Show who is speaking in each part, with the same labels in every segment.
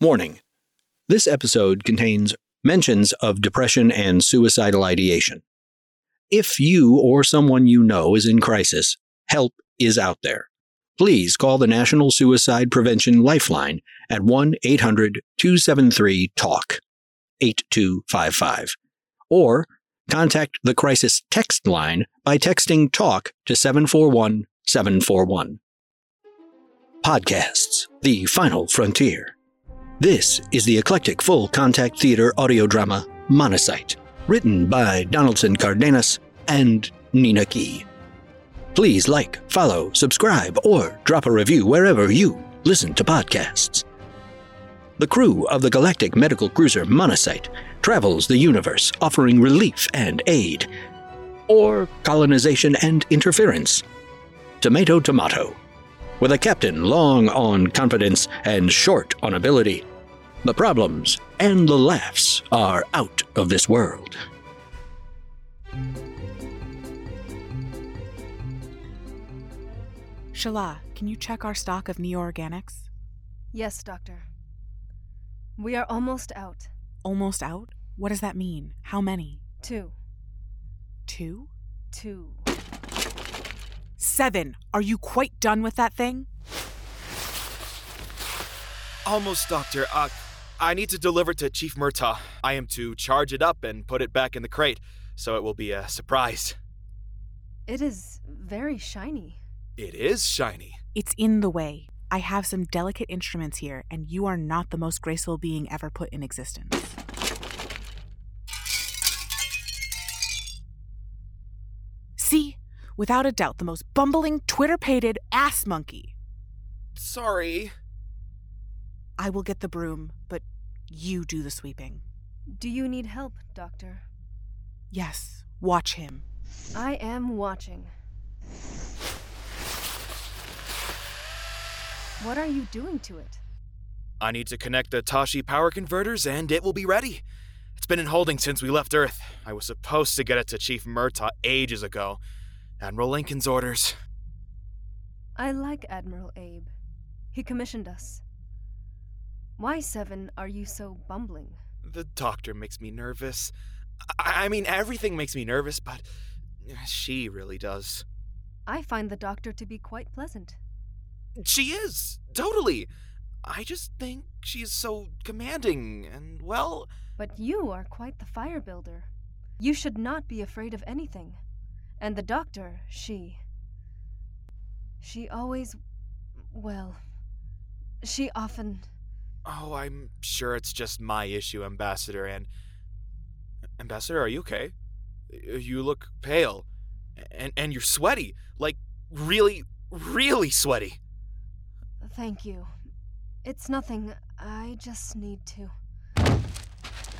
Speaker 1: Warning This episode contains mentions of depression and suicidal ideation. If you or someone you know is in crisis, help is out there. Please call the National Suicide Prevention Lifeline at 1 800 273 TALK 8255 or contact the crisis text line by texting TALK to 741 741. Podcasts The Final Frontier. This is the eclectic full contact theater audio drama Monocyte, written by Donaldson Cardenas and Nina Key. Please like, follow, subscribe, or drop a review wherever you listen to podcasts. The crew of the galactic medical cruiser Monocyte travels the universe offering relief and aid, or colonization and interference. Tomato, tomato. With a captain long on confidence and short on ability, the problems and the laughs are out of this world.
Speaker 2: Shala, can you check our stock of neo-organics?
Speaker 3: Yes, Doctor. We are almost out.
Speaker 2: Almost out? What does that mean? How many?
Speaker 3: Two.
Speaker 2: Two?
Speaker 3: Two.
Speaker 2: Seven! Are you quite done with that thing?
Speaker 4: Almost, Doctor. Uh, I need to deliver to Chief Murtaugh. I am to charge it up and put it back in the crate, so it will be a surprise.
Speaker 3: It is very shiny.
Speaker 4: It is shiny.
Speaker 2: It's in the way. I have some delicate instruments here, and you are not the most graceful being ever put in existence. See? Without a doubt, the most bumbling, Twitter pated ass monkey.
Speaker 4: Sorry.
Speaker 2: I will get the broom, but you do the sweeping.
Speaker 3: Do you need help, Doctor?
Speaker 2: Yes, watch him.
Speaker 3: I am watching. What are you doing to it?
Speaker 4: I need to connect the Tashi power converters and it will be ready. It's been in holding since we left Earth. I was supposed to get it to Chief Murtaugh ages ago. Admiral Lincoln's orders.
Speaker 3: I like Admiral Abe. He commissioned us. Why, Seven, are you so bumbling?
Speaker 4: The doctor makes me nervous. I, I mean, everything makes me nervous, but she really does.
Speaker 3: I find the Doctor to be quite pleasant.
Speaker 4: She is, totally. I just think she's so commanding and, well,
Speaker 3: But you are quite the fire builder. You should not be afraid of anything. And the doctor, she. She always. Well. She often.
Speaker 4: oh, I'm sure it's just my issue, Ambassador. And. Ambassador, are you okay? Y- You look pale. And, and you're sweaty. Like, really, really sweaty.
Speaker 3: Thank you. It's nothing. I just need to.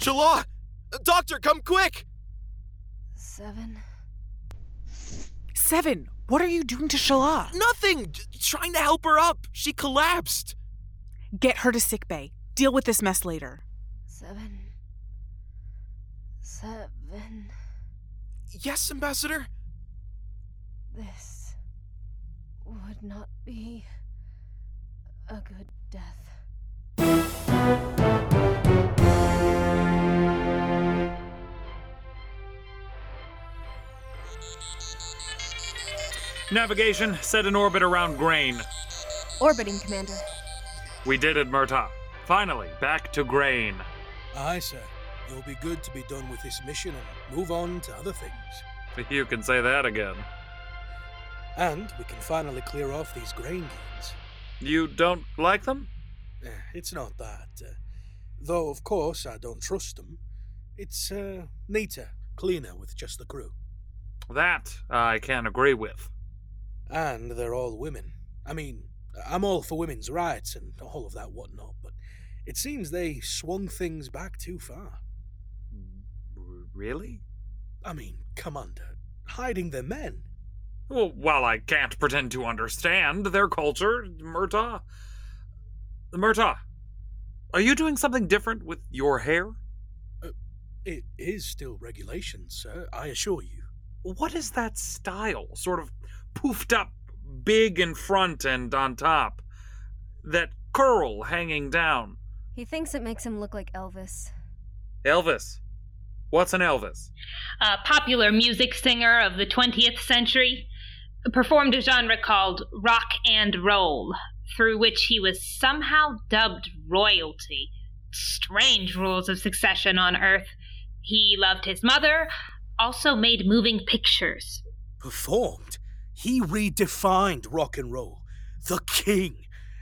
Speaker 4: Shala! Doctor, come quick!
Speaker 3: Seven.
Speaker 2: Seven! What are you doing to Shala?
Speaker 4: Nothing! J- trying to help her up. She collapsed.
Speaker 2: Get her to sickbay. Deal with this mess later.
Speaker 3: Seven. Seven.
Speaker 4: Yes, Ambassador?
Speaker 3: This. would not be. a good death.
Speaker 5: Navigation, set an orbit around Grain.
Speaker 3: Orbiting, Commander.
Speaker 5: We did it, Murtaugh. Finally, back to Grain.
Speaker 6: Aye, sir. It'll be good to be done with this mission and move on to other things.
Speaker 5: You can say that again.
Speaker 6: And we can finally clear off these grain gates.
Speaker 5: You don't like them?
Speaker 6: Eh, It's not that. Uh, though, of course, I don't trust them. It's uh, neater, cleaner with just the crew.
Speaker 5: That I can agree with.
Speaker 6: And they're all women. I mean, I'm all for women's rights and all of that whatnot, but it seems they swung things back too far.
Speaker 5: Really?
Speaker 6: I mean, Commander, hiding their men.
Speaker 5: Well, while I can't pretend to understand their culture, Murtaugh. Murtaugh, are you doing something different with your hair?
Speaker 6: It is still regulations, sir, I assure you.
Speaker 5: What is that style? Sort of poofed up, big in front and on top. That curl hanging down.
Speaker 3: He thinks it makes him look like Elvis.
Speaker 5: Elvis. What's an Elvis?
Speaker 7: a popular music singer of the 20th century, performed a genre called rock and roll, through which he was somehow dubbed royalty. Strange rules of succession on Earth. He loved his mother, also made moving pictures.
Speaker 6: Performed. He redefined rock and roll. The king.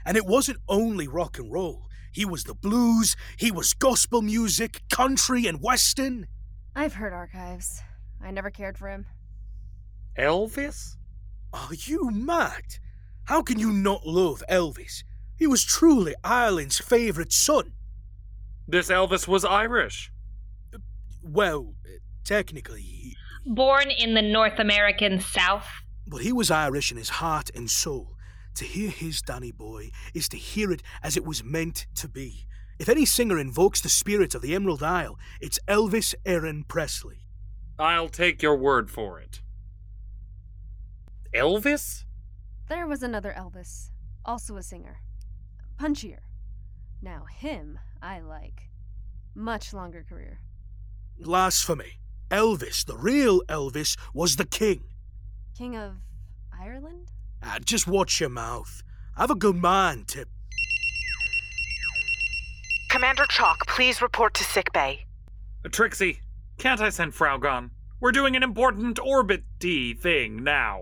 Speaker 6: And it wasn't only rock and roll. He was the blues, he was gospel music, country and western.
Speaker 3: I've heard archives. I never cared for him.
Speaker 5: Elvis?
Speaker 6: Are you mad? How can you not love Elvis? He was truly Ireland's favourite son.
Speaker 5: This Elvis was Irish.
Speaker 6: Well, technically, he-
Speaker 7: Born in the North American South,
Speaker 6: but he was Irish in his heart and soul. To hear his Danny Boy is to hear it as it was meant to be. If any singer invokes the spirit of the Emerald Isle, it's Elvis Aaron Presley.
Speaker 5: I'll take your word for it. Elvis?
Speaker 3: There was another Elvis, also a singer. Punchier. Now, him I like. Much longer career.
Speaker 6: Blasphemy. Elvis, the real Elvis, was the king.
Speaker 3: King of Ireland?
Speaker 6: Ah, just watch your mouth. Have a good mind, Tip.
Speaker 2: Commander Chalk, please report to sick bay.
Speaker 5: Uh, Trixie, can't I send Fraugon? We're doing an important orbity thing now.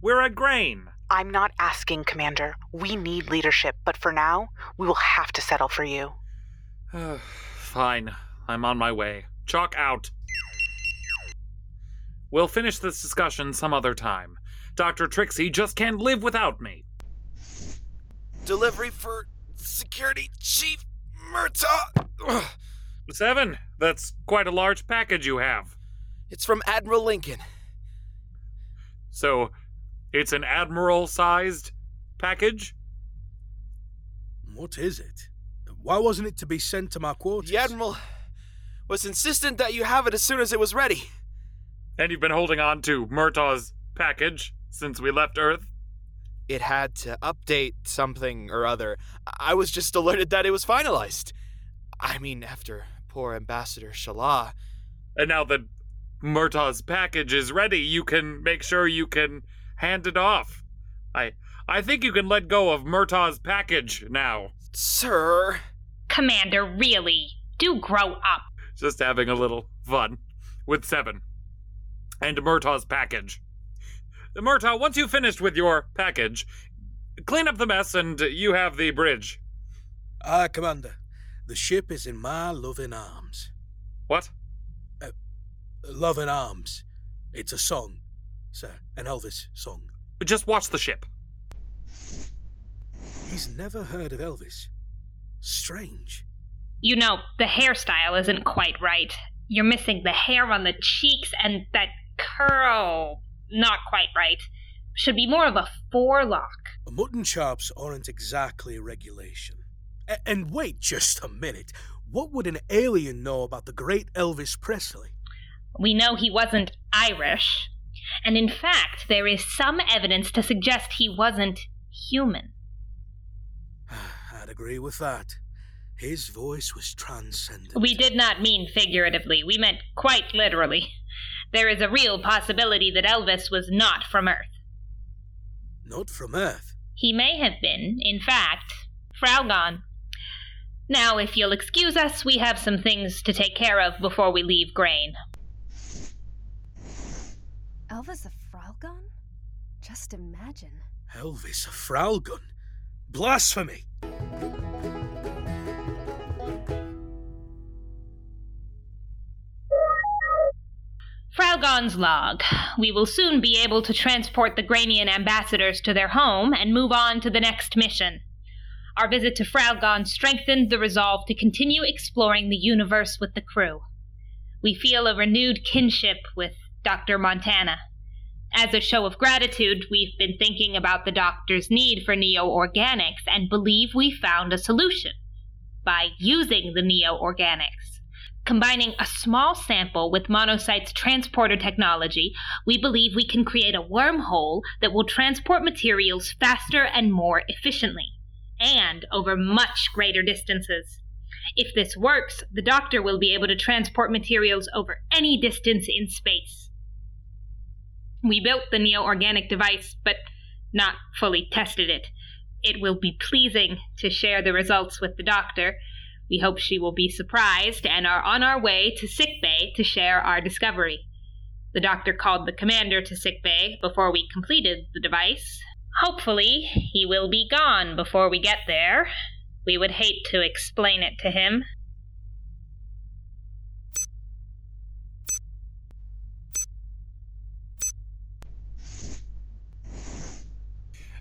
Speaker 5: We're a grain.
Speaker 2: I'm not asking, Commander. We need leadership, but for now, we will have to settle for you.
Speaker 5: Fine. I'm on my way. Chalk out. We'll finish this discussion some other time. Dr. Trixie just can't live without me.
Speaker 4: Delivery for Security Chief Murtaugh. Ugh.
Speaker 5: Seven, that's quite a large package you have.
Speaker 4: It's from Admiral Lincoln.
Speaker 5: So, it's an admiral sized package?
Speaker 6: What is it? Why wasn't it to be sent to my quarters?
Speaker 4: The Admiral was insistent that you have it as soon as it was ready.
Speaker 5: And you've been holding on to Murtaugh's package since we left Earth?
Speaker 4: It had to update something or other. I I was just alerted that it was finalized. I mean, after poor Ambassador Shalah.
Speaker 5: And now that Murtaugh's package is ready, you can make sure you can hand it off. I I think you can let go of Murtaugh's package now.
Speaker 4: Sir.
Speaker 7: Commander, really, do grow up.
Speaker 5: Just having a little fun with Seven and Murtaugh's package. Murtaugh, once you've finished with your package, clean up the mess and you have the bridge.
Speaker 6: Aye, Ah, Commander. The ship is in my loving arms.
Speaker 5: What?
Speaker 6: Loving arms. It's a song, sir. An Elvis song.
Speaker 5: Just watch the ship.
Speaker 6: He's never heard of Elvis. Strange.
Speaker 7: You know, the hairstyle isn't quite right. You're missing the hair on the cheeks and that curl. Not quite right. Should be more of a forelock.
Speaker 6: Mutton chops aren't exactly a regulation. A- and wait just a minute. What would an alien know about the great Elvis Presley?
Speaker 7: We know he wasn't Irish. And in fact, there is some evidence to suggest he wasn't human.
Speaker 6: I'd agree with that. His voice was transcendent.
Speaker 7: We did not mean figuratively, we meant quite literally. There is a real possibility that Elvis was not from Earth.
Speaker 6: Not from Earth.
Speaker 7: He may have been, in fact, Fraugon. Now, if you'll excuse us, we have some things to take care of before we leave Grain.
Speaker 3: Elvis of Fralgon? Just imagine.
Speaker 6: Elvis a Fralgun. Blasphemy!
Speaker 7: Fraugon's log. We will soon be able to transport the Granian ambassadors to their home and move on to the next mission. Our visit to Fraugon strengthened the resolve to continue exploring the universe with the crew. We feel a renewed kinship with Dr. Montana. As a show of gratitude, we've been thinking about the doctor's need for neo organics and believe we found a solution by using the neo organics. Combining a small sample with Monocyte's transporter technology, we believe we can create a wormhole that will transport materials faster and more efficiently, and over much greater distances. If this works, the doctor will be able to transport materials over any distance in space. We built the neo organic device, but not fully tested it. It will be pleasing to share the results with the doctor. We hope she will be surprised and are on our way to sickbay to share our discovery. The doctor called the commander to sickbay before we completed the device. Hopefully, he will be gone before we get there. We would hate to explain it to him.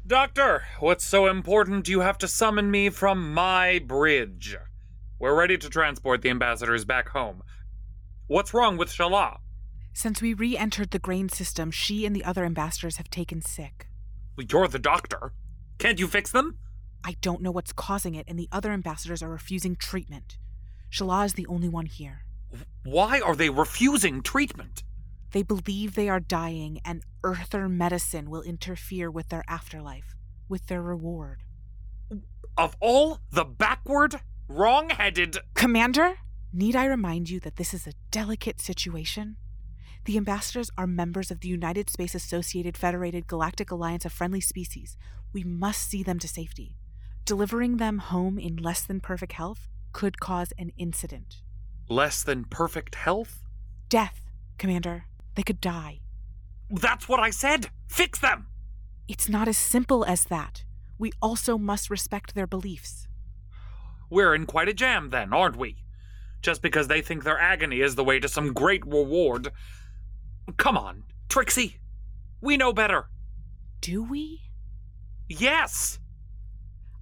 Speaker 5: Doctor, what's so important you have to summon me from my bridge? We're ready to transport the ambassadors back home. What's wrong with Shala?
Speaker 2: Since we re entered the grain system, she and the other ambassadors have taken sick.
Speaker 5: You're the doctor. Can't you fix them?
Speaker 2: I don't know what's causing it, and the other ambassadors are refusing treatment. Shala is the only one here.
Speaker 5: Why are they refusing treatment?
Speaker 2: They believe they are dying, and earther medicine will interfere with their afterlife, with their reward.
Speaker 5: Of all the backward, wrong headed.
Speaker 2: Commander, need I remind you that this is a delicate situation? The ambassadors are members of the United Space Associated Federated Galactic Alliance of Friendly Species. We must see them to safety. Delivering them home in less than perfect health could cause an incident.
Speaker 5: Less than perfect health?
Speaker 2: Death, Commander. They could die.
Speaker 5: That's what I said! Fix them!
Speaker 2: It's not as simple as that. We also must respect their beliefs.
Speaker 5: We're in quite a jam then, aren't we? Just because they think their agony is the way to some great reward. Come on, Trixie! We know better!
Speaker 2: Do we?
Speaker 5: Yes!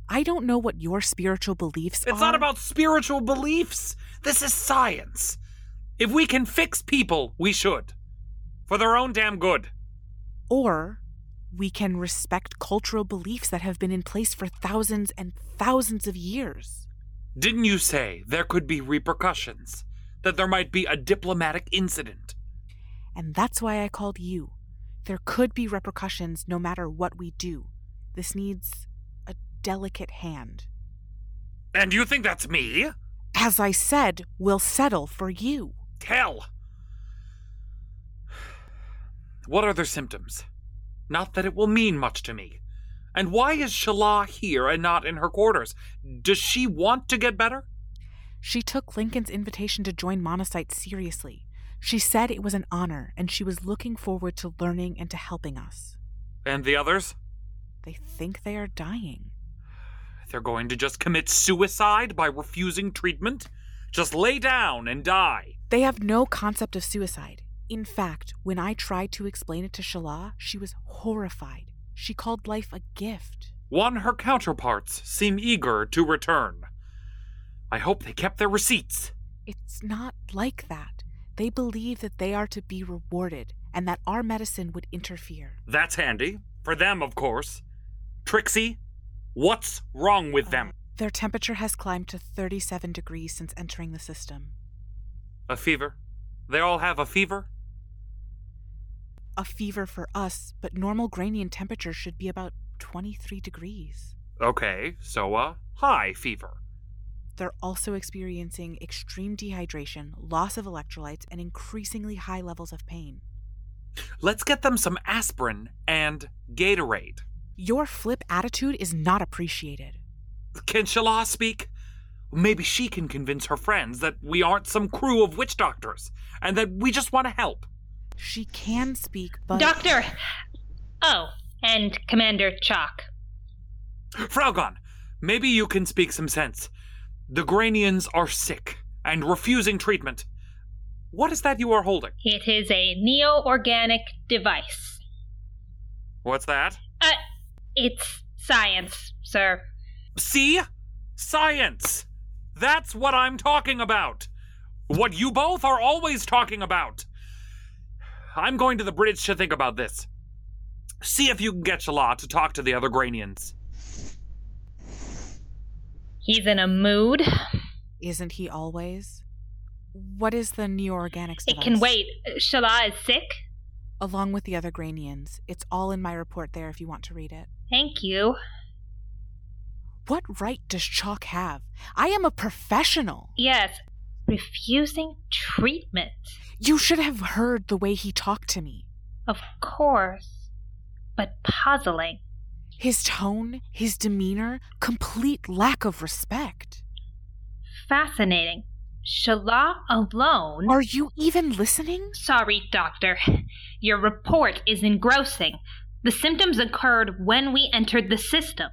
Speaker 2: I don't know what your spiritual beliefs are.
Speaker 5: It's not about spiritual beliefs. This is science. If we can fix people, we should. For their own damn good.
Speaker 2: Or we can respect cultural beliefs that have been in place for thousands and thousands of years.
Speaker 5: Didn't you say there could be repercussions? That there might be a diplomatic incident?
Speaker 2: And that's why I called you. There could be repercussions no matter what we do. This needs a delicate hand.
Speaker 5: And you think that's me?
Speaker 2: As I said, we'll settle for you.
Speaker 5: Hell! What are their symptoms? Not that it will mean much to me. And why is Shala here and not in her quarters? Does she want to get better?
Speaker 2: She took Lincoln's invitation to join Monocyte seriously. She said it was an honor, and she was looking forward to learning and to helping us.
Speaker 5: And the others?
Speaker 2: They think they are dying.
Speaker 5: They're going to just commit suicide by refusing treatment? Just lay down and die.
Speaker 2: They have no concept of suicide. In fact, when I tried to explain it to Shala, she was horrified. She called life a gift.
Speaker 5: One, her counterparts seem eager to return. I hope they kept their receipts.
Speaker 2: It's not like that. They believe that they are to be rewarded and that our medicine would interfere.
Speaker 5: That's handy. For them, of course. Trixie, what's wrong with them?
Speaker 2: Uh, Their temperature has climbed to 37 degrees since entering the system.
Speaker 5: A fever. They all have a fever?
Speaker 2: A fever for us, but normal Granian temperature should be about 23 degrees.
Speaker 5: Okay, so a high fever.
Speaker 2: They're also experiencing extreme dehydration, loss of electrolytes, and increasingly high levels of pain.
Speaker 5: Let's get them some aspirin and Gatorade.
Speaker 2: Your flip attitude is not appreciated.
Speaker 5: Can Shala speak? Maybe she can convince her friends that we aren't some crew of witch doctors and that we just want to help.
Speaker 2: She can speak, but.
Speaker 7: Doctor! Oh, and Commander Chalk.
Speaker 5: Fraugon, maybe you can speak some sense. The Granians are sick and refusing treatment. What is that you are holding?
Speaker 7: It is a neo organic device.
Speaker 5: What's that?
Speaker 7: Uh, it's science, sir.
Speaker 5: See? Science! That's what I'm talking about! What you both are always talking about! I'm going to the bridge to think about this. See if you can get Shala to talk to the other Granians.
Speaker 7: He's in a mood.
Speaker 2: Isn't he always? What is the neo organics
Speaker 7: It can wait. Shala is sick.
Speaker 2: Along with the other Granians. It's all in my report there if you want to read it.
Speaker 7: Thank you.
Speaker 2: What right does Chalk have? I am a professional.
Speaker 7: Yes, refusing treatment.
Speaker 2: You should have heard the way he talked to me.
Speaker 7: Of course, but puzzling.
Speaker 2: His tone, his demeanor, complete lack of respect.
Speaker 7: Fascinating. Shala alone.
Speaker 2: Are you even listening?
Speaker 7: Sorry, Doctor. Your report is engrossing. The symptoms occurred when we entered the system.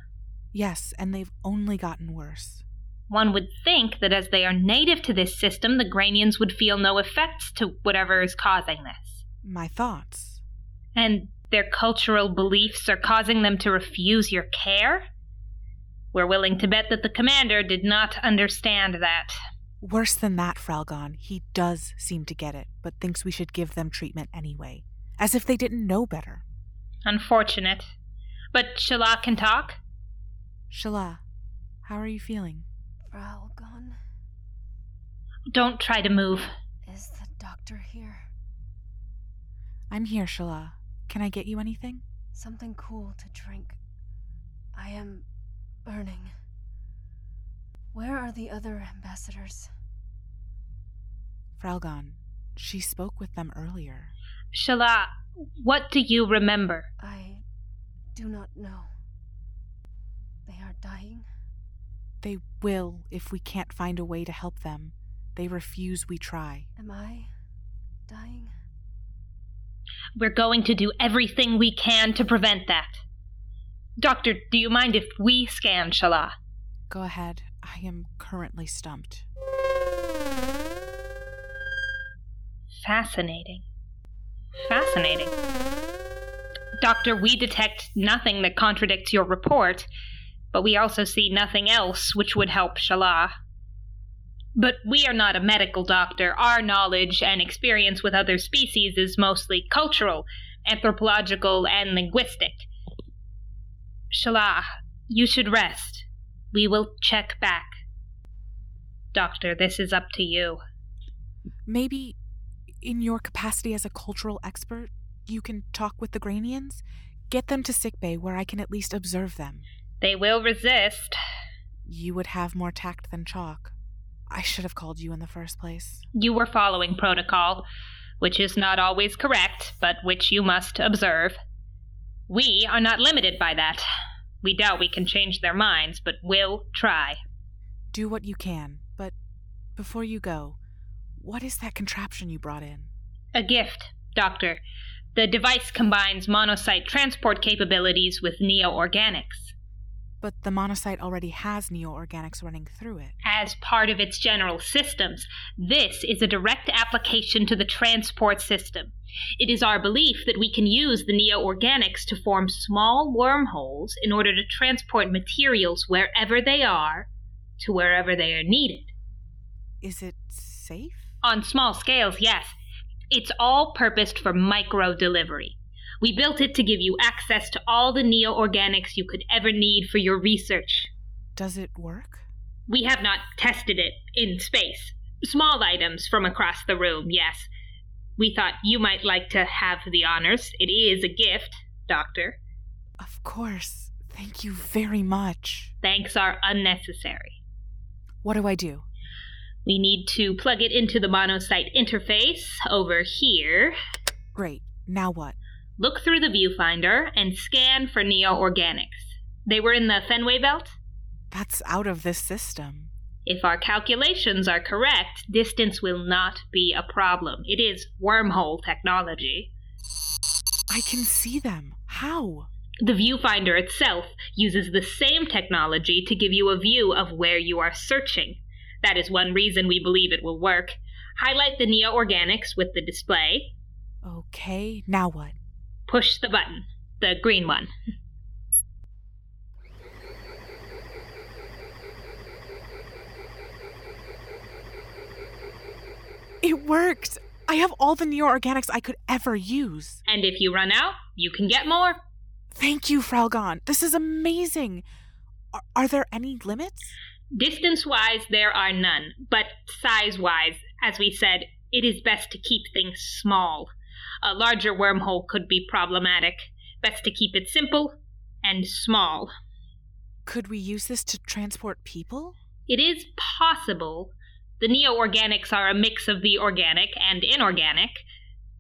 Speaker 2: Yes, and they've only gotten worse.
Speaker 7: One would think that as they are native to this system, the Granians would feel no effects to whatever is causing this.
Speaker 2: My thoughts.
Speaker 7: And their cultural beliefs are causing them to refuse your care? We're willing to bet that the commander did not understand that.
Speaker 2: Worse than that, Fralgon, he does seem to get it, but thinks we should give them treatment anyway, as if they didn't know better.
Speaker 7: Unfortunate. But Shala can talk?
Speaker 2: Shala, how are you feeling?
Speaker 3: Fralgon,
Speaker 7: Don't try to move.
Speaker 3: is the doctor here?
Speaker 2: I'm here, Shala. Can I get you anything?
Speaker 3: Something cool to drink. I am burning. Where are the other ambassadors?
Speaker 2: Fralgon, she spoke with them earlier.
Speaker 7: Shala, what do you remember?
Speaker 3: I do not know. They are dying?
Speaker 2: They will if we can't find a way to help them. They refuse we try.
Speaker 3: Am I dying?
Speaker 7: We're going to do everything we can to prevent that. Doctor, do you mind if we scan Shala?
Speaker 2: Go ahead. I am currently stumped.
Speaker 7: Fascinating. Fascinating. Doctor, we detect nothing that contradicts your report, but we also see nothing else which would help Shala. But we are not a medical doctor. Our knowledge and experience with other species is mostly cultural, anthropological, and linguistic. Shala, you should rest. We will check back. Doctor, this is up to you.
Speaker 2: Maybe, in your capacity as a cultural expert, you can talk with the Granians? Get them to sickbay where I can at least observe them.
Speaker 7: They will resist.
Speaker 2: You would have more tact than chalk. I should have called you in the first place.
Speaker 7: You were following protocol, which is not always correct, but which you must observe. We are not limited by that. We doubt we can change their minds, but will try.
Speaker 2: Do what you can, but before you go, what is that contraption you brought in?
Speaker 7: A gift, Doctor. The device combines monocyte transport capabilities with neo organics.
Speaker 2: But the monocyte already has neo organics running through it.
Speaker 7: As part of its general systems, this is a direct application to the transport system. It is our belief that we can use the neo organics to form small wormholes in order to transport materials wherever they are to wherever they are needed.
Speaker 2: Is it safe?
Speaker 7: On small scales, yes. It's all purposed for micro delivery. We built it to give you access to all the neo organics you could ever need for your research.
Speaker 2: Does it work?
Speaker 7: We have not tested it in space. Small items from across the room, yes. We thought you might like to have the honors. It is a gift, Doctor.
Speaker 2: Of course. Thank you very much.
Speaker 7: Thanks are unnecessary.
Speaker 2: What do I do?
Speaker 7: We need to plug it into the monocyte interface over here.
Speaker 2: Great. Now what?
Speaker 7: Look through the viewfinder and scan for neo organics. They were in the Fenway belt?
Speaker 2: That's out of this system.
Speaker 7: If our calculations are correct, distance will not be a problem. It is wormhole technology.
Speaker 2: I can see them. How?
Speaker 7: The viewfinder itself uses the same technology to give you a view of where you are searching. That is one reason we believe it will work. Highlight the neo organics with the display.
Speaker 2: Okay, now what?
Speaker 7: Push the button, the green one.
Speaker 2: It worked! I have all the neo organics I could ever use.
Speaker 7: And if you run out, you can get more.
Speaker 2: Thank you, Fralgon. This is amazing. Are, are there any limits?
Speaker 7: Distance wise, there are none, but size wise, as we said, it is best to keep things small. A larger wormhole could be problematic. Best to keep it simple and small.
Speaker 2: Could we use this to transport people?
Speaker 7: It is possible. The neo organics are a mix of the organic and inorganic.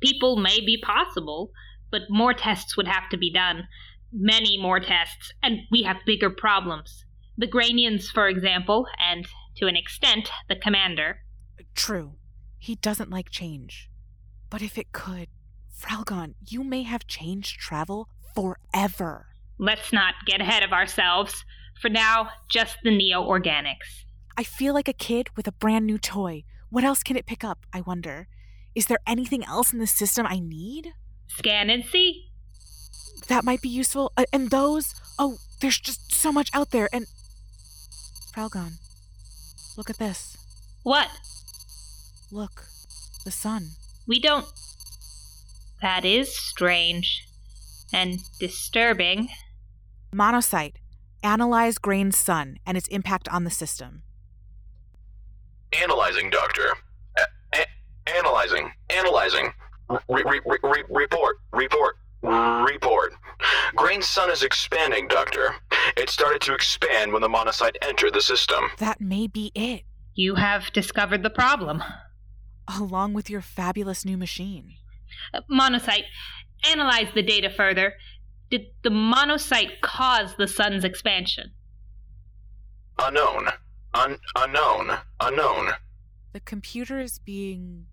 Speaker 7: People may be possible, but more tests would have to be done. Many more tests, and we have bigger problems. The Granians, for example, and to an extent, the commander.
Speaker 2: True. He doesn't like change. But if it could, Fralgon, you may have changed travel forever.
Speaker 7: Let's not get ahead of ourselves. For now, just the neo organics.
Speaker 2: I feel like a kid with a brand new toy. What else can it pick up, I wonder? Is there anything else in the system I need?
Speaker 7: Scan and see.
Speaker 2: That might be useful. A- and those? Oh, there's just so much out there. And. Fralgon, look at this.
Speaker 7: What?
Speaker 2: Look, the sun.
Speaker 7: We don't. That is strange and disturbing.
Speaker 2: Monocyte. Analyze Grain's sun and its impact on the system.
Speaker 8: Analyzing, Doctor. A- a- analyzing. Analyzing. Re- re- re- re- report. Report. Report. Grain's sun is expanding, Doctor. It started to expand when the monocyte entered the system.
Speaker 2: That may be it,
Speaker 7: You have discovered the problem.
Speaker 2: along with your fabulous new machine.
Speaker 7: Uh, Monocyte, analyze the data further. Did the monocyte cause the sun's expansion?
Speaker 8: Unknown. Un- unknown. Unknown.
Speaker 2: The computer is being.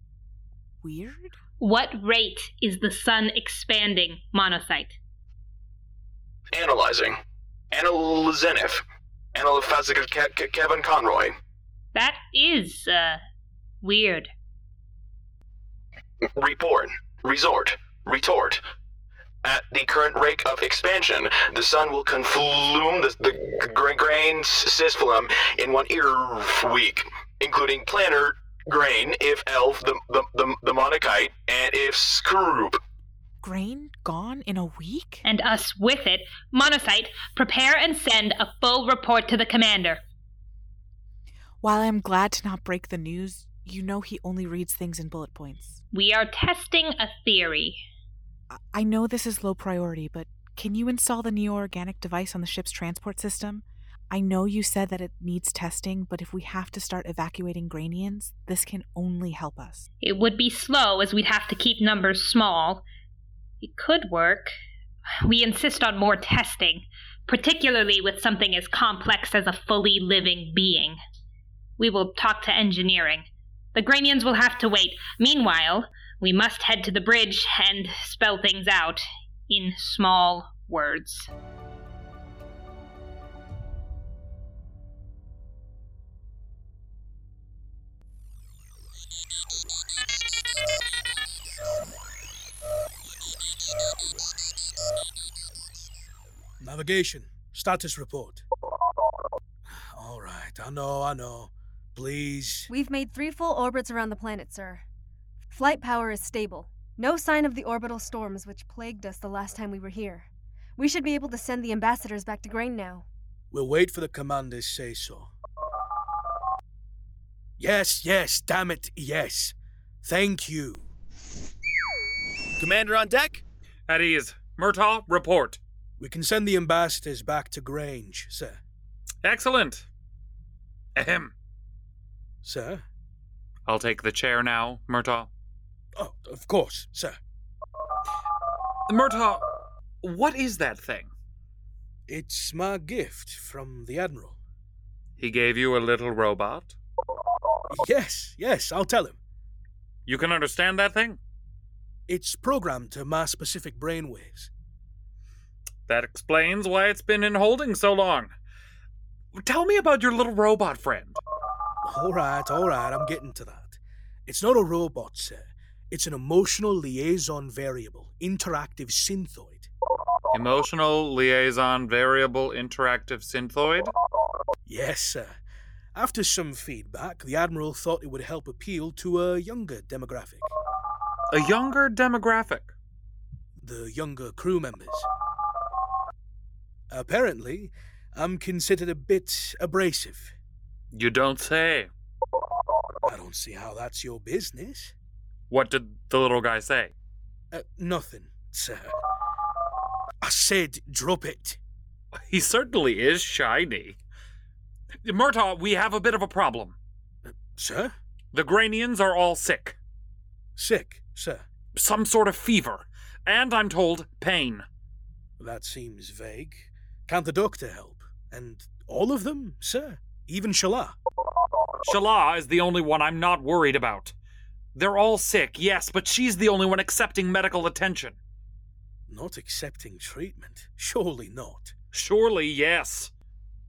Speaker 2: weird?
Speaker 7: What rate is the sun expanding, monocyte?
Speaker 8: Analyzing. Analyzenif. Analyphasic Ke- Ke- Kevin Conroy.
Speaker 7: That is, uh, weird.
Speaker 8: Report. Resort. Retort. At the current rate of expansion, the sun will conflume the, the gra- grain s- system in one ear week, including planar grain, if elf, the, the, the, the monocyte, and if scroop.
Speaker 2: Grain gone in a week?
Speaker 7: And us with it. Monocyte, prepare and send a full report to the commander.
Speaker 2: While I'm glad to not break the news, you know he only reads things in bullet points.
Speaker 7: We are testing a theory.
Speaker 2: I- I know this is low priority, but can you install the neo organic device on the ship's transport system? I know you said that it needs testing, but if we have to start evacuating Granians, this can only help us.
Speaker 7: It would be slow, as we'd have to keep numbers small. It could work. We insist on more testing, particularly with something as complex as a fully living being. We will talk to engineering. The Granians will have to wait. Meanwhile, we must head to the bridge and spell things out in small words.
Speaker 6: Navigation. Status report. All right, I know, I know. Please.
Speaker 3: We've made three full orbits around the planet, sir. Flight power is stable. No sign of the orbital storms which plagued us the last time we were here. We should be able to send the ambassadors back to Grain now.
Speaker 6: We'll wait for the commander's say so. Yes, yes, damn it, yes. Thank you.
Speaker 4: Commander on deck?
Speaker 5: At ease. Murtaugh, report.
Speaker 6: We can send the ambassadors back to Grange, sir.
Speaker 5: Excellent. Ahem.
Speaker 6: Sir?
Speaker 5: I'll take the chair now, Murtaugh.
Speaker 6: Oh, of course, sir.
Speaker 5: Murtaugh, what is that thing?
Speaker 6: It's my gift from the Admiral.
Speaker 5: He gave you a little robot.
Speaker 6: Yes, yes, I'll tell him.
Speaker 5: You can understand that thing?
Speaker 6: It's programmed to my specific brainwaves.
Speaker 5: That explains why it's been in holding so long. Tell me about your little robot friend.
Speaker 6: All right, all right, I'm getting to that. It's not a robot, sir. It's an emotional liaison variable, interactive synthoid.
Speaker 5: Emotional liaison variable interactive synthoid?
Speaker 6: Yes, sir. After some feedback, the Admiral thought it would help appeal to a younger demographic
Speaker 5: A younger demographic.
Speaker 6: the younger crew members. Apparently, I'm considered a bit abrasive.
Speaker 5: You don't say.
Speaker 6: I don't see how that's your business.
Speaker 5: What did the little guy say?
Speaker 6: Uh, nothing, sir. I said drop it.
Speaker 5: He certainly is shiny. Murtaugh, we have a bit of a problem.
Speaker 6: Sir?
Speaker 5: The Granians are all sick.
Speaker 6: Sick, sir.
Speaker 5: Some sort of fever. And I'm told, pain.
Speaker 6: That seems vague. Can't the doctor help? And all of them, sir? Even Shala?
Speaker 5: Shala is the only one I'm not worried about. They're all sick, yes, but she's the only one accepting medical attention.
Speaker 6: Not accepting treatment? Surely not.
Speaker 5: Surely, yes.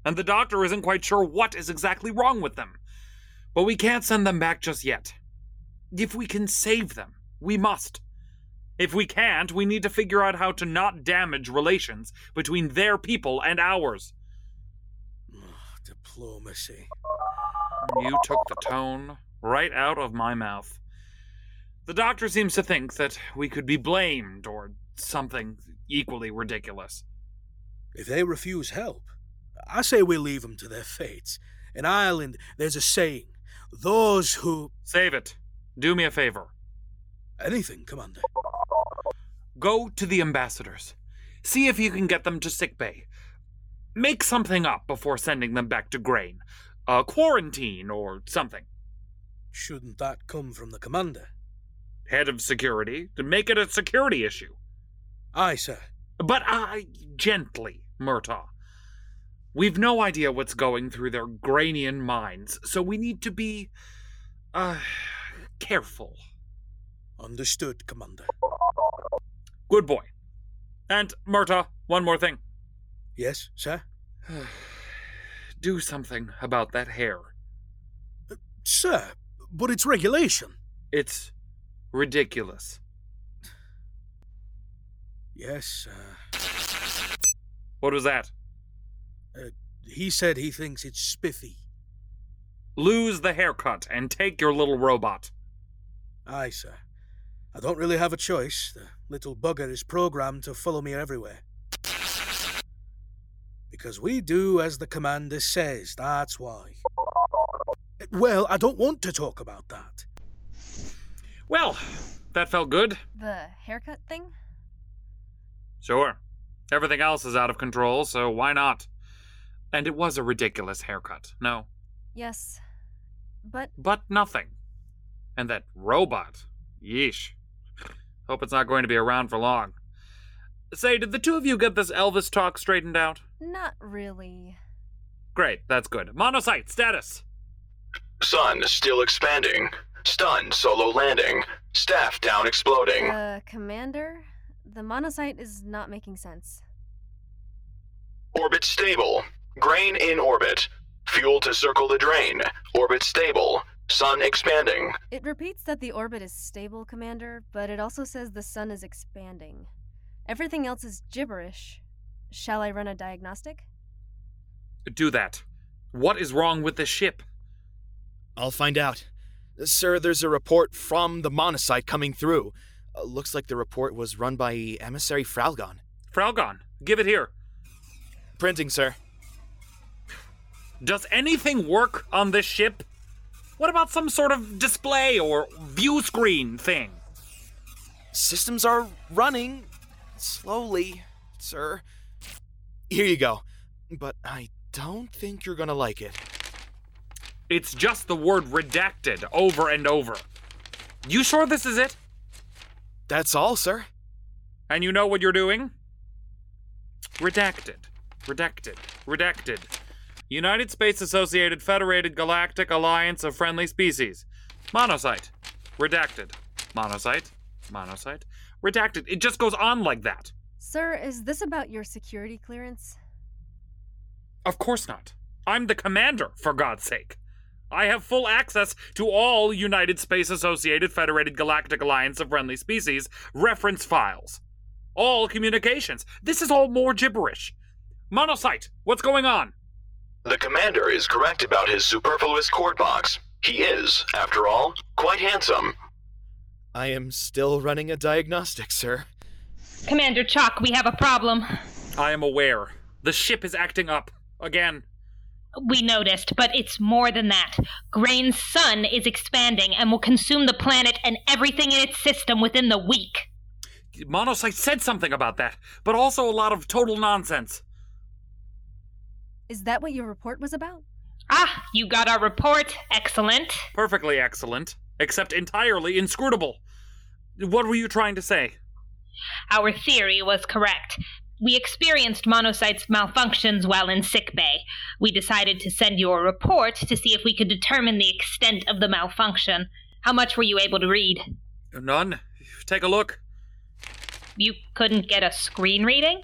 Speaker 5: And the doctor isn't quite sure what is exactly wrong with them. But we can't send them back just yet. If we can save them, we must. If we can't, we need to figure out how to not damage relations between their people and ours.
Speaker 6: Ugh, Ah, diplomacy.
Speaker 5: You took the tone right out of my mouth. The doctor seems to think that we could be blamed or something equally ridiculous.
Speaker 6: If they refuse help, I say we leave them to their fates. In Ireland, there's a saying those who.
Speaker 5: Save it. Do me a favor.
Speaker 6: Anything, Commander.
Speaker 5: Go to the ambassadors. See if you can get them to sickbay. Make something up before sending them back to grain. A quarantine or something.
Speaker 6: Shouldn't that come from the Commander?
Speaker 5: Head of security, to make it a security issue.
Speaker 6: Aye, sir.
Speaker 5: But I gently, Murtaugh. We've no idea what's going through their Granian minds, so we need to be uh careful.
Speaker 6: Understood, Commander.
Speaker 5: Good boy. And Murtaugh, one more thing.
Speaker 6: Yes, sir?
Speaker 5: Do something about that hair.
Speaker 6: Sir, but it's regulation.
Speaker 5: It's ridiculous.
Speaker 6: Yes, sir.
Speaker 5: What was that?
Speaker 6: He said he thinks it's spiffy.
Speaker 5: Lose the haircut and take your little robot.
Speaker 6: Aye, sir. I don't really have a choice. The little bugger is programmed to follow me everywhere. Because we do as the commander says, that's why. Well, I don't want to talk about that.
Speaker 5: Well, that felt good.
Speaker 3: The haircut thing?
Speaker 5: Sure. Everything else is out of control, so why not? And it was a ridiculous haircut. No.
Speaker 3: Yes. But
Speaker 5: But nothing. And that robot. Yeesh. Hope it's not going to be around for long. Say, did the two of you get this Elvis talk straightened out?
Speaker 3: not really.
Speaker 5: Great, that's good. Monocyte status.
Speaker 8: Sun still expanding. Stun solo landing. Staff down exploding.
Speaker 3: Uh, Commander, the monocyte is not making sense.
Speaker 8: Orbit stable. Grain in orbit. Fuel to circle the drain. Orbit stable. Sun expanding.
Speaker 3: It repeats that the orbit is stable, Commander, but it also says the sun is expanding. Everything else is gibberish. Shall I run a diagnostic?
Speaker 5: Do that. What is wrong with the ship?
Speaker 4: I'll find out. Sir, there's a report from the monocyte coming through. Uh, looks like the report was run by emissary Fralgon.
Speaker 5: Fralgon, give it here.
Speaker 4: Printing, sir.
Speaker 5: Does anything work on this ship? What about some sort of display or view screen thing?
Speaker 4: Systems are running slowly, sir. Here you go. But I don't think you're gonna like it.
Speaker 5: It's just the word redacted over and over. You sure this is it?
Speaker 4: That's all, sir.
Speaker 5: And you know what you're doing? Redacted. Redacted. Redacted. United Space Associated Federated Galactic Alliance of Friendly Species. Monocyte. Redacted. Monocyte. Monocyte. Redacted. It just goes on like that.
Speaker 3: Sir, is this about your security clearance?
Speaker 5: Of course not. I'm the commander, for God's sake. I have full access to all United Space Associated Federated Galactic Alliance of Friendly Species reference files. All communications. This is all more gibberish. Monocyte, what's going on?
Speaker 8: The commander is correct about his superfluous cord box. He is, after all, quite handsome.
Speaker 4: I am still running a diagnostic, sir.
Speaker 7: Commander Chalk, we have a problem.
Speaker 5: I am aware. The ship is acting up. Again.
Speaker 7: We noticed, but it's more than that. Grain's sun is expanding and will consume the planet and everything in its system within the week.
Speaker 5: Monocyte said something about that, but also a lot of total nonsense.
Speaker 3: Is that what your report was about?
Speaker 7: Ah, you got our report. Excellent.
Speaker 5: Perfectly excellent, except entirely inscrutable. What were you trying to say?
Speaker 7: Our theory was correct. We experienced monocyte's malfunctions while in sickbay. We decided to send you a report to see if we could determine the extent of the malfunction. How much were you able to read?
Speaker 5: None. Take a look.
Speaker 7: You couldn't get a screen reading?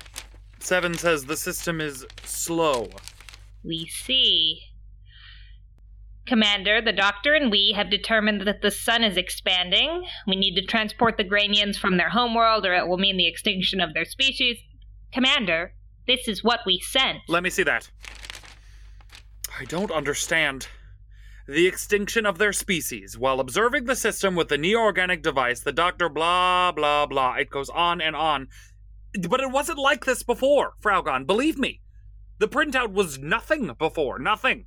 Speaker 5: Seven says the system is slow.
Speaker 7: We see. Commander, the doctor, and we have determined that the sun is expanding. We need to transport the Granians from their homeworld, or it will mean the extinction of their species. Commander, this is what we sent.
Speaker 5: Let me see that. I don't understand. The extinction of their species. While observing the system with the neo-organic device, the doctor blah blah blah. It goes on and on. But it wasn't like this before, Fraugon. Believe me. The printout was nothing before. Nothing.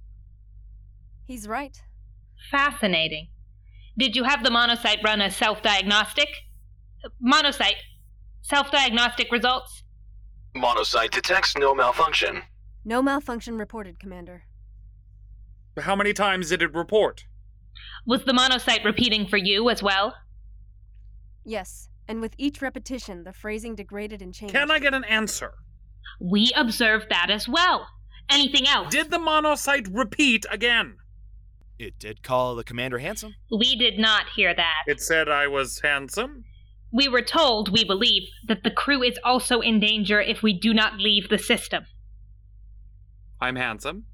Speaker 3: He's right.
Speaker 7: Fascinating. Did you have the monocyte run a self diagnostic? Monocyte, self diagnostic results?
Speaker 8: Monocyte detects no malfunction.
Speaker 3: No malfunction reported, Commander.
Speaker 5: How many times did it report?
Speaker 7: Was the monocyte repeating for you as well?
Speaker 3: Yes, and with each repetition, the phrasing degraded and changed.
Speaker 5: Can I get an answer?
Speaker 7: We observed that as well. Anything else?
Speaker 5: Did the monocyte repeat again?
Speaker 4: It did call the commander handsome.
Speaker 7: we did not hear that.
Speaker 5: It said I was handsome.
Speaker 7: We were told, we believe, that the crew is also in danger if we do not leave the system.
Speaker 5: I'm handsome.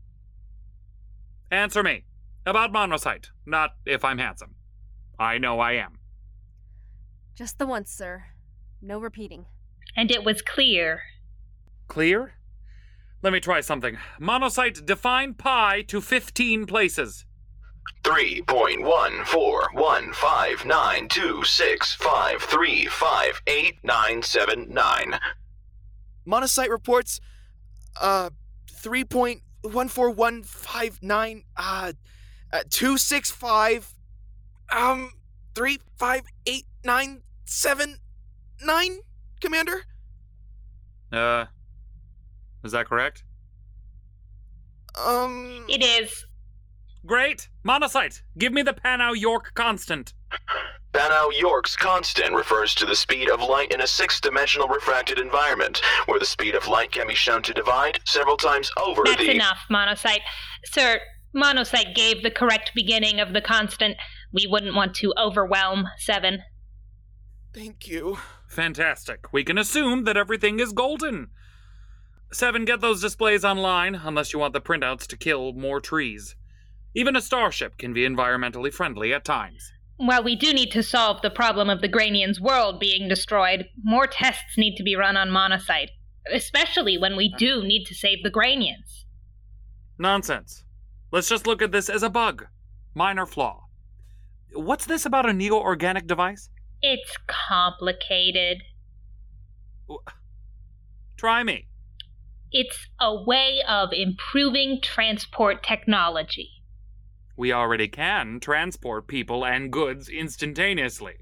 Speaker 5: Answer me about monocyte, not if I'm handsome. I know I am.
Speaker 3: Just the once, sir. No repeating.
Speaker 7: And it was clear.
Speaker 5: Clear? Let me try something. Monocyte define pi to 15 places.
Speaker 8: 3.1415926535897.
Speaker 4: Monocyte reports uh 3.14159 uh, uh 265 um 358979 commander
Speaker 5: Uh, is that correct?
Speaker 4: um
Speaker 7: It is.
Speaker 5: Great! Monocyte, give me the Panau York constant.
Speaker 8: Banau York's constant refers to the speed of light in a six dimensional refracted environment, where the speed of light can be shown to divide several times over
Speaker 7: That's
Speaker 8: the.
Speaker 7: enough, Monocyte. Sir, Monocyte gave the correct beginning of the constant. We wouldn't want to overwhelm Seven.
Speaker 4: thank you
Speaker 5: Fantastic. We can assume that everything is golden. Seven, get those displays online, unless you want the printouts to kill more trees. Even a starship can be environmentally friendly at times.
Speaker 7: While we do need to solve the problem of the Granian's world being destroyed, more tests need to be run on monocyte, especially when we do need to save the Granians.
Speaker 5: Nonsense. Let's just look at this as a bug. Minor flaw. What's this about a neo organic device?
Speaker 7: It's complicated.
Speaker 5: Try me.
Speaker 7: It's a way of improving transport technology.
Speaker 5: We already can transport people and goods instantaneously.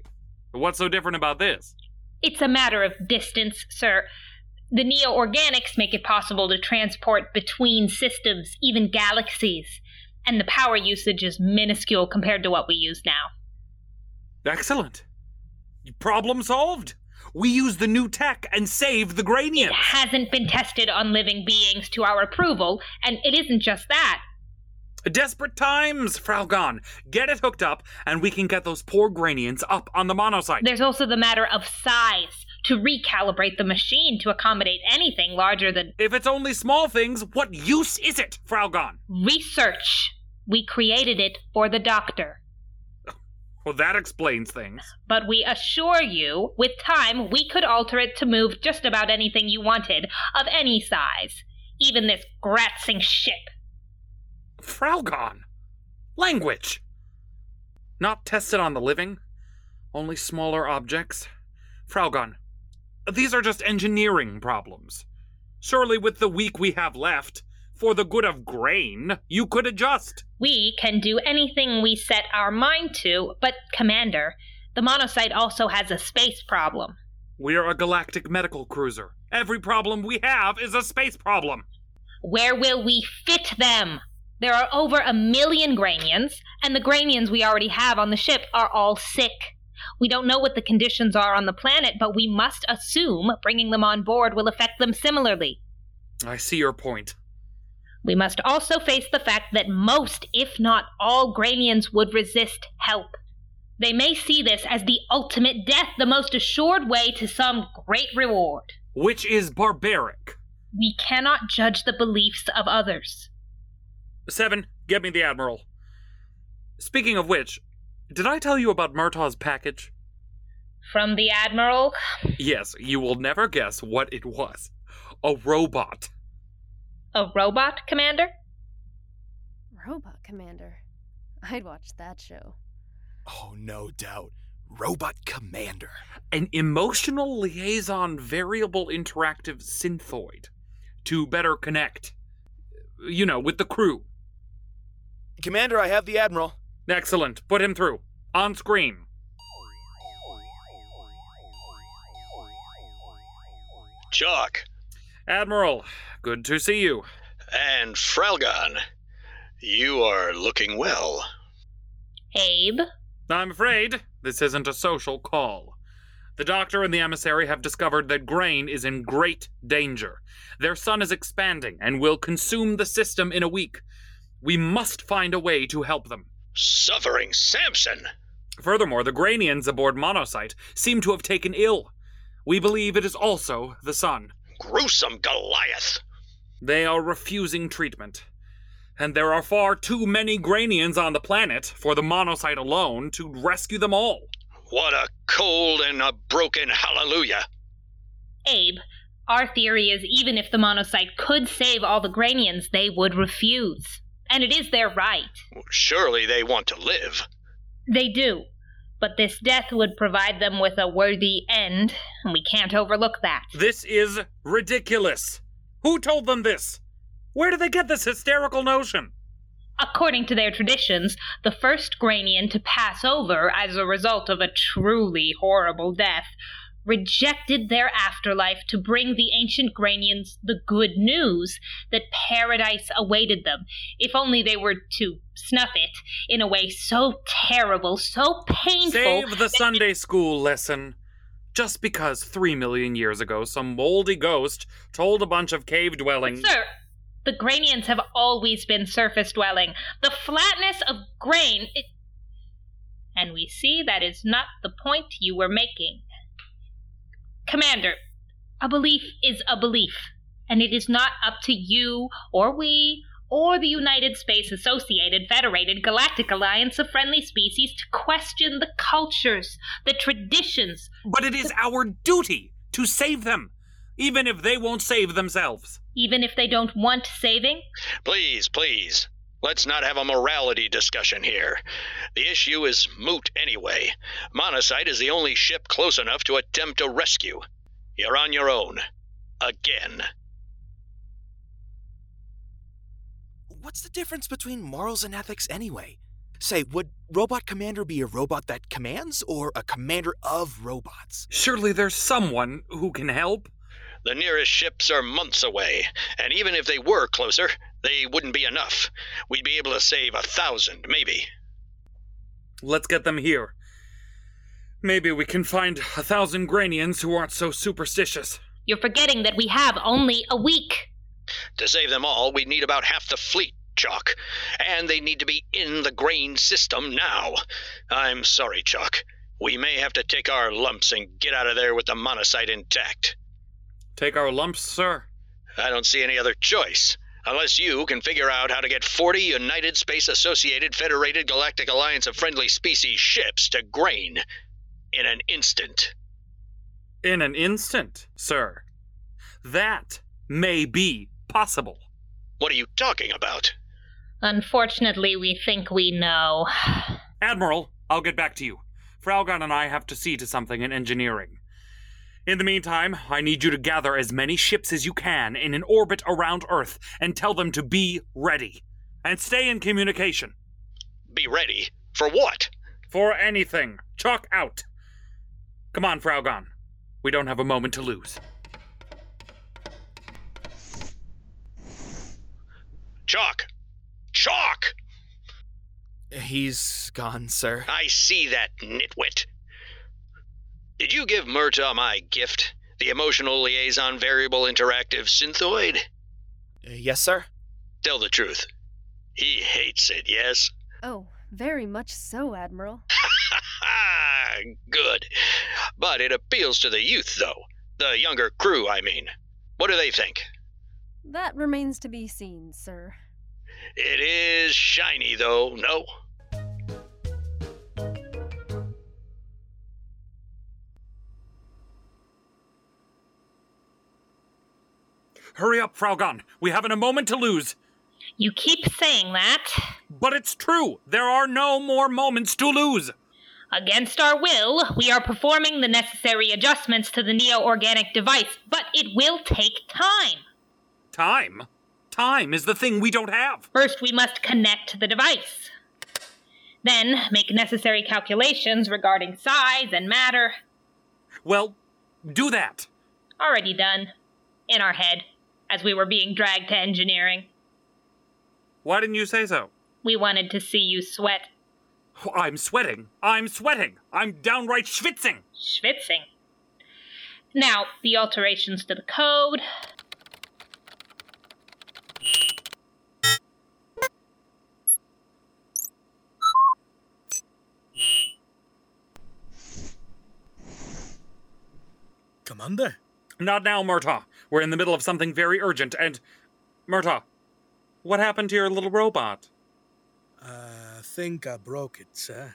Speaker 5: What's so different about this?
Speaker 7: It's a matter of distance, sir. The neo organics make it possible to transport between systems, even galaxies, and the power usage is minuscule compared to what we use now.
Speaker 5: Excellent. Problem solved. We use the new tech and save the Granians.
Speaker 7: It hasn't been tested on living beings to our approval, and it isn't just that.
Speaker 5: Desperate times, Fraugon. Get it hooked up, and we can get those poor Granians up on the monocyte.
Speaker 7: There's also the matter of size to recalibrate the machine to accommodate anything larger than
Speaker 5: if it's only small things, what use is it, Fraugon?
Speaker 7: research. We created it for the doctor.
Speaker 5: Well, that explains things.
Speaker 7: But we assure you, with time, we could alter it to move just about anything you wanted, of any size. Even this gratzing ship.
Speaker 5: Fraugon. Language. Not tested on the living, only smaller objects. Fraugon, these are just engineering problems. Surely, with the week we have left, for the good of grain, you could adjust.
Speaker 7: We can do anything we set our mind to, but, Commander, the monocyte also has a space problem.
Speaker 5: We're a galactic medical cruiser. Every problem we have is a space problem.
Speaker 7: Where will we fit them? There are over a million Granians, and the Granians we already have on the ship are all sick. We don't know what the conditions are on the planet, but we must assume bringing them on board will affect them similarly.
Speaker 5: I see your point.
Speaker 7: We must also face the fact that most, if not all, Granians would resist help. They may see this as the ultimate death, the most assured way to some great reward.
Speaker 5: Which is barbaric.
Speaker 7: We cannot judge the beliefs of others.
Speaker 5: Seven, get me the Admiral. Speaking of which, did I tell you about Murtaugh's package?
Speaker 7: From the Admiral,
Speaker 5: Yes, you will never guess what it was. A robot.
Speaker 7: a robot commander?
Speaker 3: Robot Commander. I'd watch that show.
Speaker 4: Oh, no doubt. Robot Commander.
Speaker 5: an emotional liaison variable interactive synthoid to better connect, you know, with the crew.
Speaker 4: Commander, I have the Admiral.
Speaker 5: Excellent. Put him through. On screen.
Speaker 9: Jock
Speaker 5: Admiral, good to see you.
Speaker 9: and Fralgon, you are looking well.
Speaker 7: Abe?
Speaker 5: I'm afraid this isn't a social call. The doctor and the emissary have discovered that grain is in great danger. Their sun is expanding and will consume the system in a week. We must find a way to help them.
Speaker 9: Suffering Samson!
Speaker 5: Furthermore, the Granians aboard Monocyte seem to have taken ill. We believe it is also the sun.
Speaker 9: Gruesome Goliath!
Speaker 5: They are refusing treatment. And there are far too many Granians on the planet for the Monocyte alone to rescue them all.
Speaker 9: What a cold and a broken hallelujah!
Speaker 7: Abe, our theory is even if the monocyte could save all the Granians, they would refuse. And it is their right.
Speaker 9: Surely they want to live.
Speaker 7: They do. But this death would provide them with a worthy end, and we can't overlook that.
Speaker 5: This is ridiculous. Who told them this? Where do they get this hysterical notion?
Speaker 7: According to their traditions, the first Granian to pass over as a result of a truly horrible death rejected their afterlife to bring the ancient Granians the good news that paradise awaited them, if only they were to snuff it in a way so terrible, so painful.
Speaker 5: Save the Sunday school lesson. Just because three million years ago some moldy ghost told a bunch of cave dwelling.
Speaker 7: Sir, the Granians have always been surface dwelling. The flatness of grain. It... And we see that is not the point you were making. Commander, a belief is a belief, and it is not up to you or we or the United Space Associated Federated Galactic Alliance of Friendly Species to question the cultures, the traditions,
Speaker 5: But it is our duty to save them, even if they won't save themselves.
Speaker 7: even if they don't want saving.
Speaker 9: Please, please, let's not have a morality discussion here. The issue is moot anyway. Monocyte is the only ship close enough to attempt a rescue. You're on your own. Again.
Speaker 4: What's the difference between morals and ethics anyway? Say, would Robot Commander be a robot that commands or a commander of robots?
Speaker 5: Surely there's someone who can help.
Speaker 9: The nearest ships are months away, and even if they were closer, they wouldn't be enough. We'd be able to save a thousand, maybe.
Speaker 5: Let's get them here. Maybe we can find a thousand Granians who aren't so superstitious.
Speaker 7: You're forgetting that we have only a week.
Speaker 9: To save them all, we'd need about half the fleet, Chalk. And they need to be in the grain system now. I'm sorry, Chalk. We may have to take our lumps and get out of there with the monocyte intact.
Speaker 5: Take our lumps, sir.
Speaker 9: I don't see any other choice. Unless you can figure out how to get 40 United Space Associated Federated Galactic Alliance of Friendly Species ships to grain in an instant.
Speaker 5: In an instant, sir. That may be possible.
Speaker 9: What are you talking about?
Speaker 7: Unfortunately, we think we know.
Speaker 5: Admiral, I'll get back to you. Fralgon and I have to see to something in engineering. In the meantime, I need you to gather as many ships as you can in an orbit around Earth and tell them to be ready. And stay in communication.
Speaker 9: Be ready. For what?
Speaker 5: For anything. Chalk out. Come on, Fraugon. We don't have a moment to lose.
Speaker 9: Chalk! Chalk!
Speaker 4: He's gone, sir. Uh,
Speaker 9: I see that, nitwit. Did you give Murtaugh my gift? The emotional liaison variable interactive synthoid?
Speaker 4: Yes, sir.
Speaker 9: Tell the truth. He hates it, yes?
Speaker 3: Oh, very much so, Admiral.
Speaker 9: Ah, good. But it appeals to the youth, though. The younger crew, I mean. What do they think?
Speaker 3: That remains to be seen, sir.
Speaker 9: It is shiny, though, no?
Speaker 5: Hurry up, Fraugon. We haven't a moment to lose.
Speaker 7: You keep saying that.
Speaker 5: But it's true. There are no more moments to lose.
Speaker 7: Against our will, we are performing the necessary adjustments to the neo organic device, but it will take time.
Speaker 5: Time? Time is the thing we don't have.
Speaker 7: First, we must connect to the device. Then, make necessary calculations regarding size and matter.
Speaker 5: Well, do that.
Speaker 7: Already done. In our head, as we were being dragged to engineering.
Speaker 5: Why didn't you say so?
Speaker 7: We wanted to see you sweat.
Speaker 5: I'm sweating. I'm sweating. I'm downright schwitzing.
Speaker 7: Schwitzing. Now, the alterations to the code.
Speaker 6: Commander?
Speaker 5: Not now, Murtaugh. We're in the middle of something very urgent, and. Murtaugh, what happened to your little robot?
Speaker 6: I think I broke it, sir.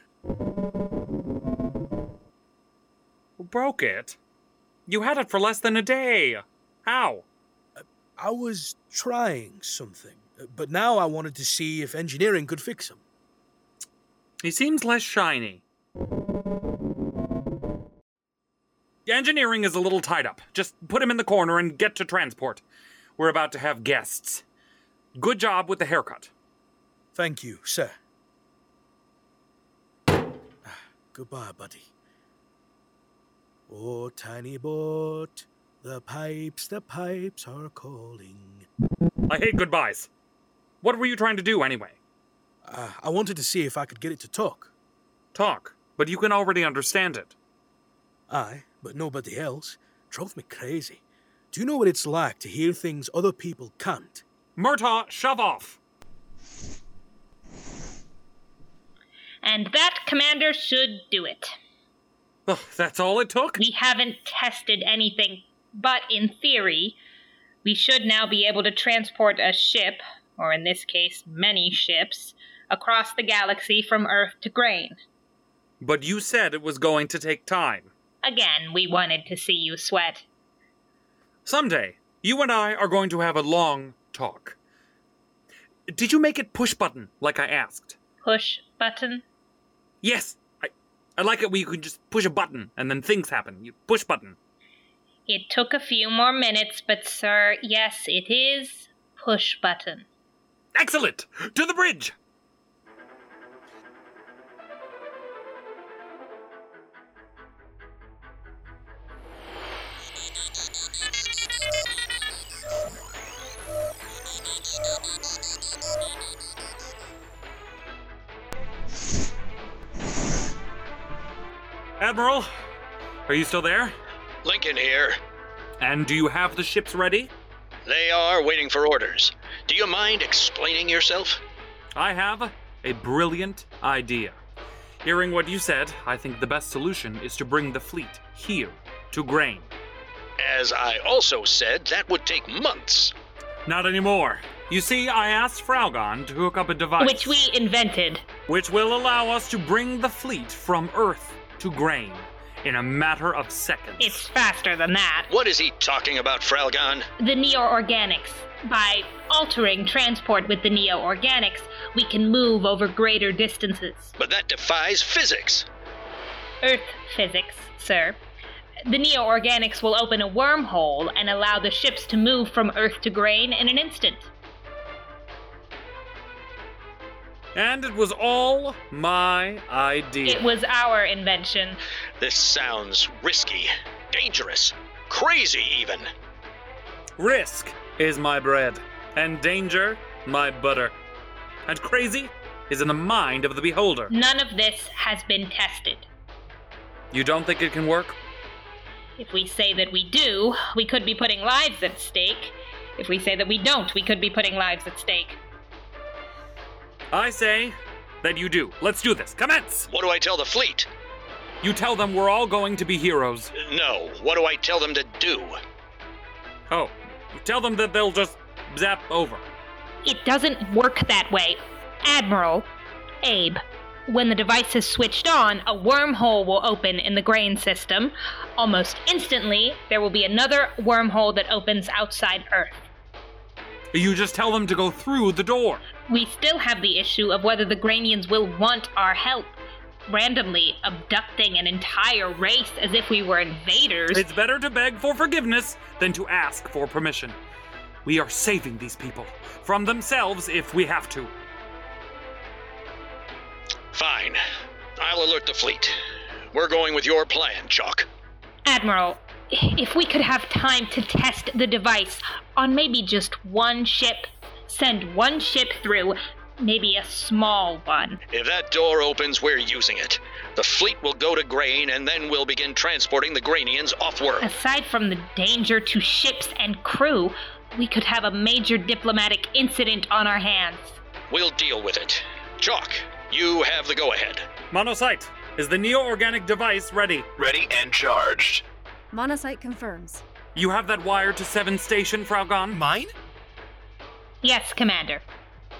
Speaker 5: Broke it? You had it for less than a day. How?
Speaker 6: I was trying something, but now I wanted to see if engineering could fix him.
Speaker 5: He seems less shiny. Engineering is a little tied up. Just put him in the corner and get to transport. We're about to have guests. Good job with the haircut.
Speaker 6: Thank you, sir. Ah, Goodbye, buddy. Oh, tiny boat, the pipes, the pipes are calling.
Speaker 5: I hate goodbyes. What were you trying to do anyway?
Speaker 6: Uh, I wanted to see if I could get it to talk.
Speaker 5: Talk, but you can already understand it.
Speaker 6: Aye, but nobody else. Drove me crazy. Do you know what it's like to hear things other people can't?
Speaker 5: Murtaugh, shove off!
Speaker 7: And that commander should do it.
Speaker 5: Ugh, that's all it took?
Speaker 7: We haven't tested anything, but in theory, we should now be able to transport a ship, or in this case, many ships, across the galaxy from Earth to Grain.
Speaker 5: But you said it was going to take time.
Speaker 7: Again, we wanted to see you sweat.
Speaker 5: Someday, you and I are going to have a long talk. Did you make it push button like I asked?
Speaker 7: Push button.
Speaker 5: Yes, I, I like it where you can just push a button and then things happen. You push button.
Speaker 7: It took a few more minutes, but sir, yes, it is push button.
Speaker 5: Excellent! To the bridge! Admiral, are you still there?
Speaker 9: Lincoln here.
Speaker 5: And do you have the ships ready?
Speaker 9: They are waiting for orders. Do you mind explaining yourself?
Speaker 5: I have a brilliant idea. Hearing what you said, I think the best solution is to bring the fleet here to Grain.
Speaker 9: As I also said, that would take months.
Speaker 5: Not anymore. You see, I asked Fraugon to hook up a device
Speaker 7: Which we invented.
Speaker 5: which will allow us to bring the fleet from Earth to Grain in a matter of seconds.
Speaker 7: It's faster than that.
Speaker 9: What is he talking about, Fralgon?
Speaker 7: The neo organics. By altering transport with the neo organics, we can move over greater distances.
Speaker 9: But that defies physics.
Speaker 7: Earth physics, sir. The neo organics will open a wormhole and allow the ships to move from Earth to grain in an instant.
Speaker 5: and it was all my idea.
Speaker 7: It was our invention.
Speaker 9: This sounds risky, dangerous, crazy even.
Speaker 5: Risk is my bread, and danger my butter. And crazy is in the mind of the beholder.
Speaker 7: None of this has been tested.
Speaker 5: You don't think it can work?
Speaker 7: If we say that we do, we could be putting lives at stake. If we say that we don't, we could be putting lives at stake.
Speaker 5: I say that you do. Let's do this. Commence!
Speaker 9: What do I tell the fleet?
Speaker 5: You tell them we're all going to be heroes.
Speaker 9: No. What do I tell them to do?
Speaker 5: Oh, tell them that they'll just zap over.
Speaker 7: It doesn't work that way. Admiral, Abe, when the device is switched on, a wormhole will open in the grain system. Almost instantly, there will be another wormhole that opens outside Earth.
Speaker 5: You just tell them to go through the door.
Speaker 7: We still have the issue of whether the Granians will want our help. Randomly abducting an entire race as if we were invaders.
Speaker 5: It's better to beg for forgiveness than to ask for permission. We are saving these people from themselves if we have to.
Speaker 9: Fine. I'll alert the fleet. We're going with your plan, Chalk.
Speaker 7: Admiral, if we could have time to test the device on maybe just one ship, send one ship through, maybe a small one.
Speaker 9: If that door opens, we're using it. The fleet will go to Grain, and then we'll begin transporting the Grainians off world.
Speaker 7: Aside from the danger to ships and crew, we could have a major diplomatic incident on our hands.
Speaker 9: We'll deal with it. Chalk, you have the go ahead.
Speaker 5: Monocyte, is the neo organic device ready?
Speaker 8: Ready and charged.
Speaker 3: Monocyte confirms.
Speaker 5: You have that wire to Seven Station, Fraugon?
Speaker 4: Mine?
Speaker 7: Yes, Commander.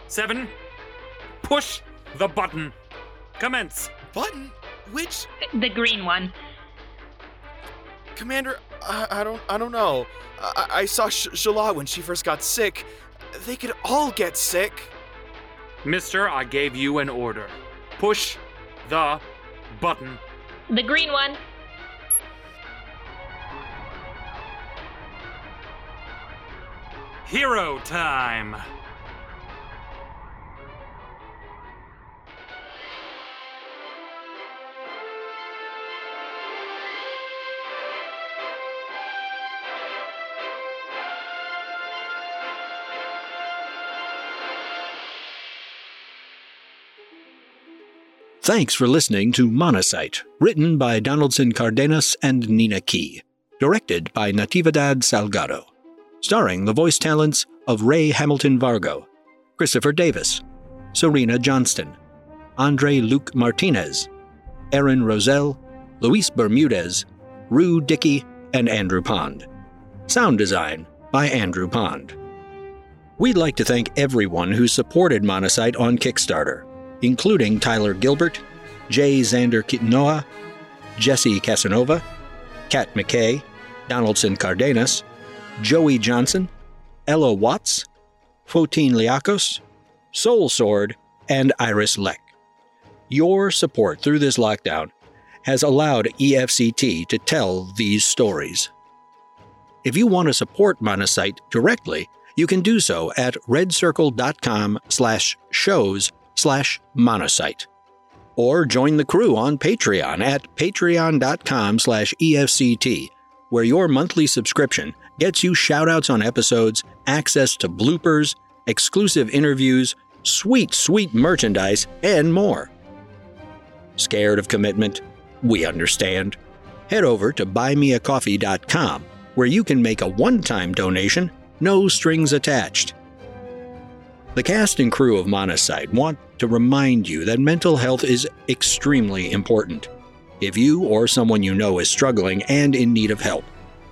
Speaker 5: Seven, push the button. Commence.
Speaker 4: Button? Which?
Speaker 7: The green one.
Speaker 4: Commander, I, I don't I don't know. I, I saw Sh- Shala when she first got sick. They could all get sick.
Speaker 5: Mister, I gave you an order. Push the button.
Speaker 7: The green one.
Speaker 5: Hero time!
Speaker 1: Thanks for listening to Monocyte, written by Donaldson Cardenas and Nina Key, directed by Natividad Salgado, starring the voice talents of Ray Hamilton Vargo, Christopher Davis, Serena Johnston, Andre Luke Martinez, Aaron Roselle, Luis Bermudez, Rue Dickey, and Andrew Pond. Sound design by Andrew Pond. We'd like to thank everyone who supported Monocyte on Kickstarter including Tyler Gilbert, Jay Xander Kitanoa, Jesse Casanova, Kat McKay, Donaldson Cardenas, Joey Johnson, Ella Watts, Fotin Liakos, Soul Sword, and Iris Leck. Your support through this lockdown has allowed E EFCT to tell these stories. If you want to support Monocyte directly, you can do so at redcircle.com slash shows slash monocyte. Or join the crew on Patreon at patreon.com slash E EFCT, where your monthly subscription gets you shoutouts on episodes, access to bloopers, exclusive interviews, sweet, sweet merchandise, and more. Scared of commitment? We understand. Head over to buymeacoffee.com, where you can make a one time donation, no strings attached. The cast and crew of Monocyte want to remind you that mental health is extremely important. If you or someone you know is struggling and in need of help,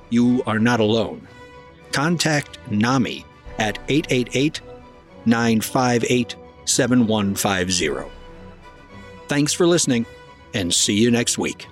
Speaker 1: you are not alone. Contact NAMI at 888 958 7150. Thanks for listening, and see you next week.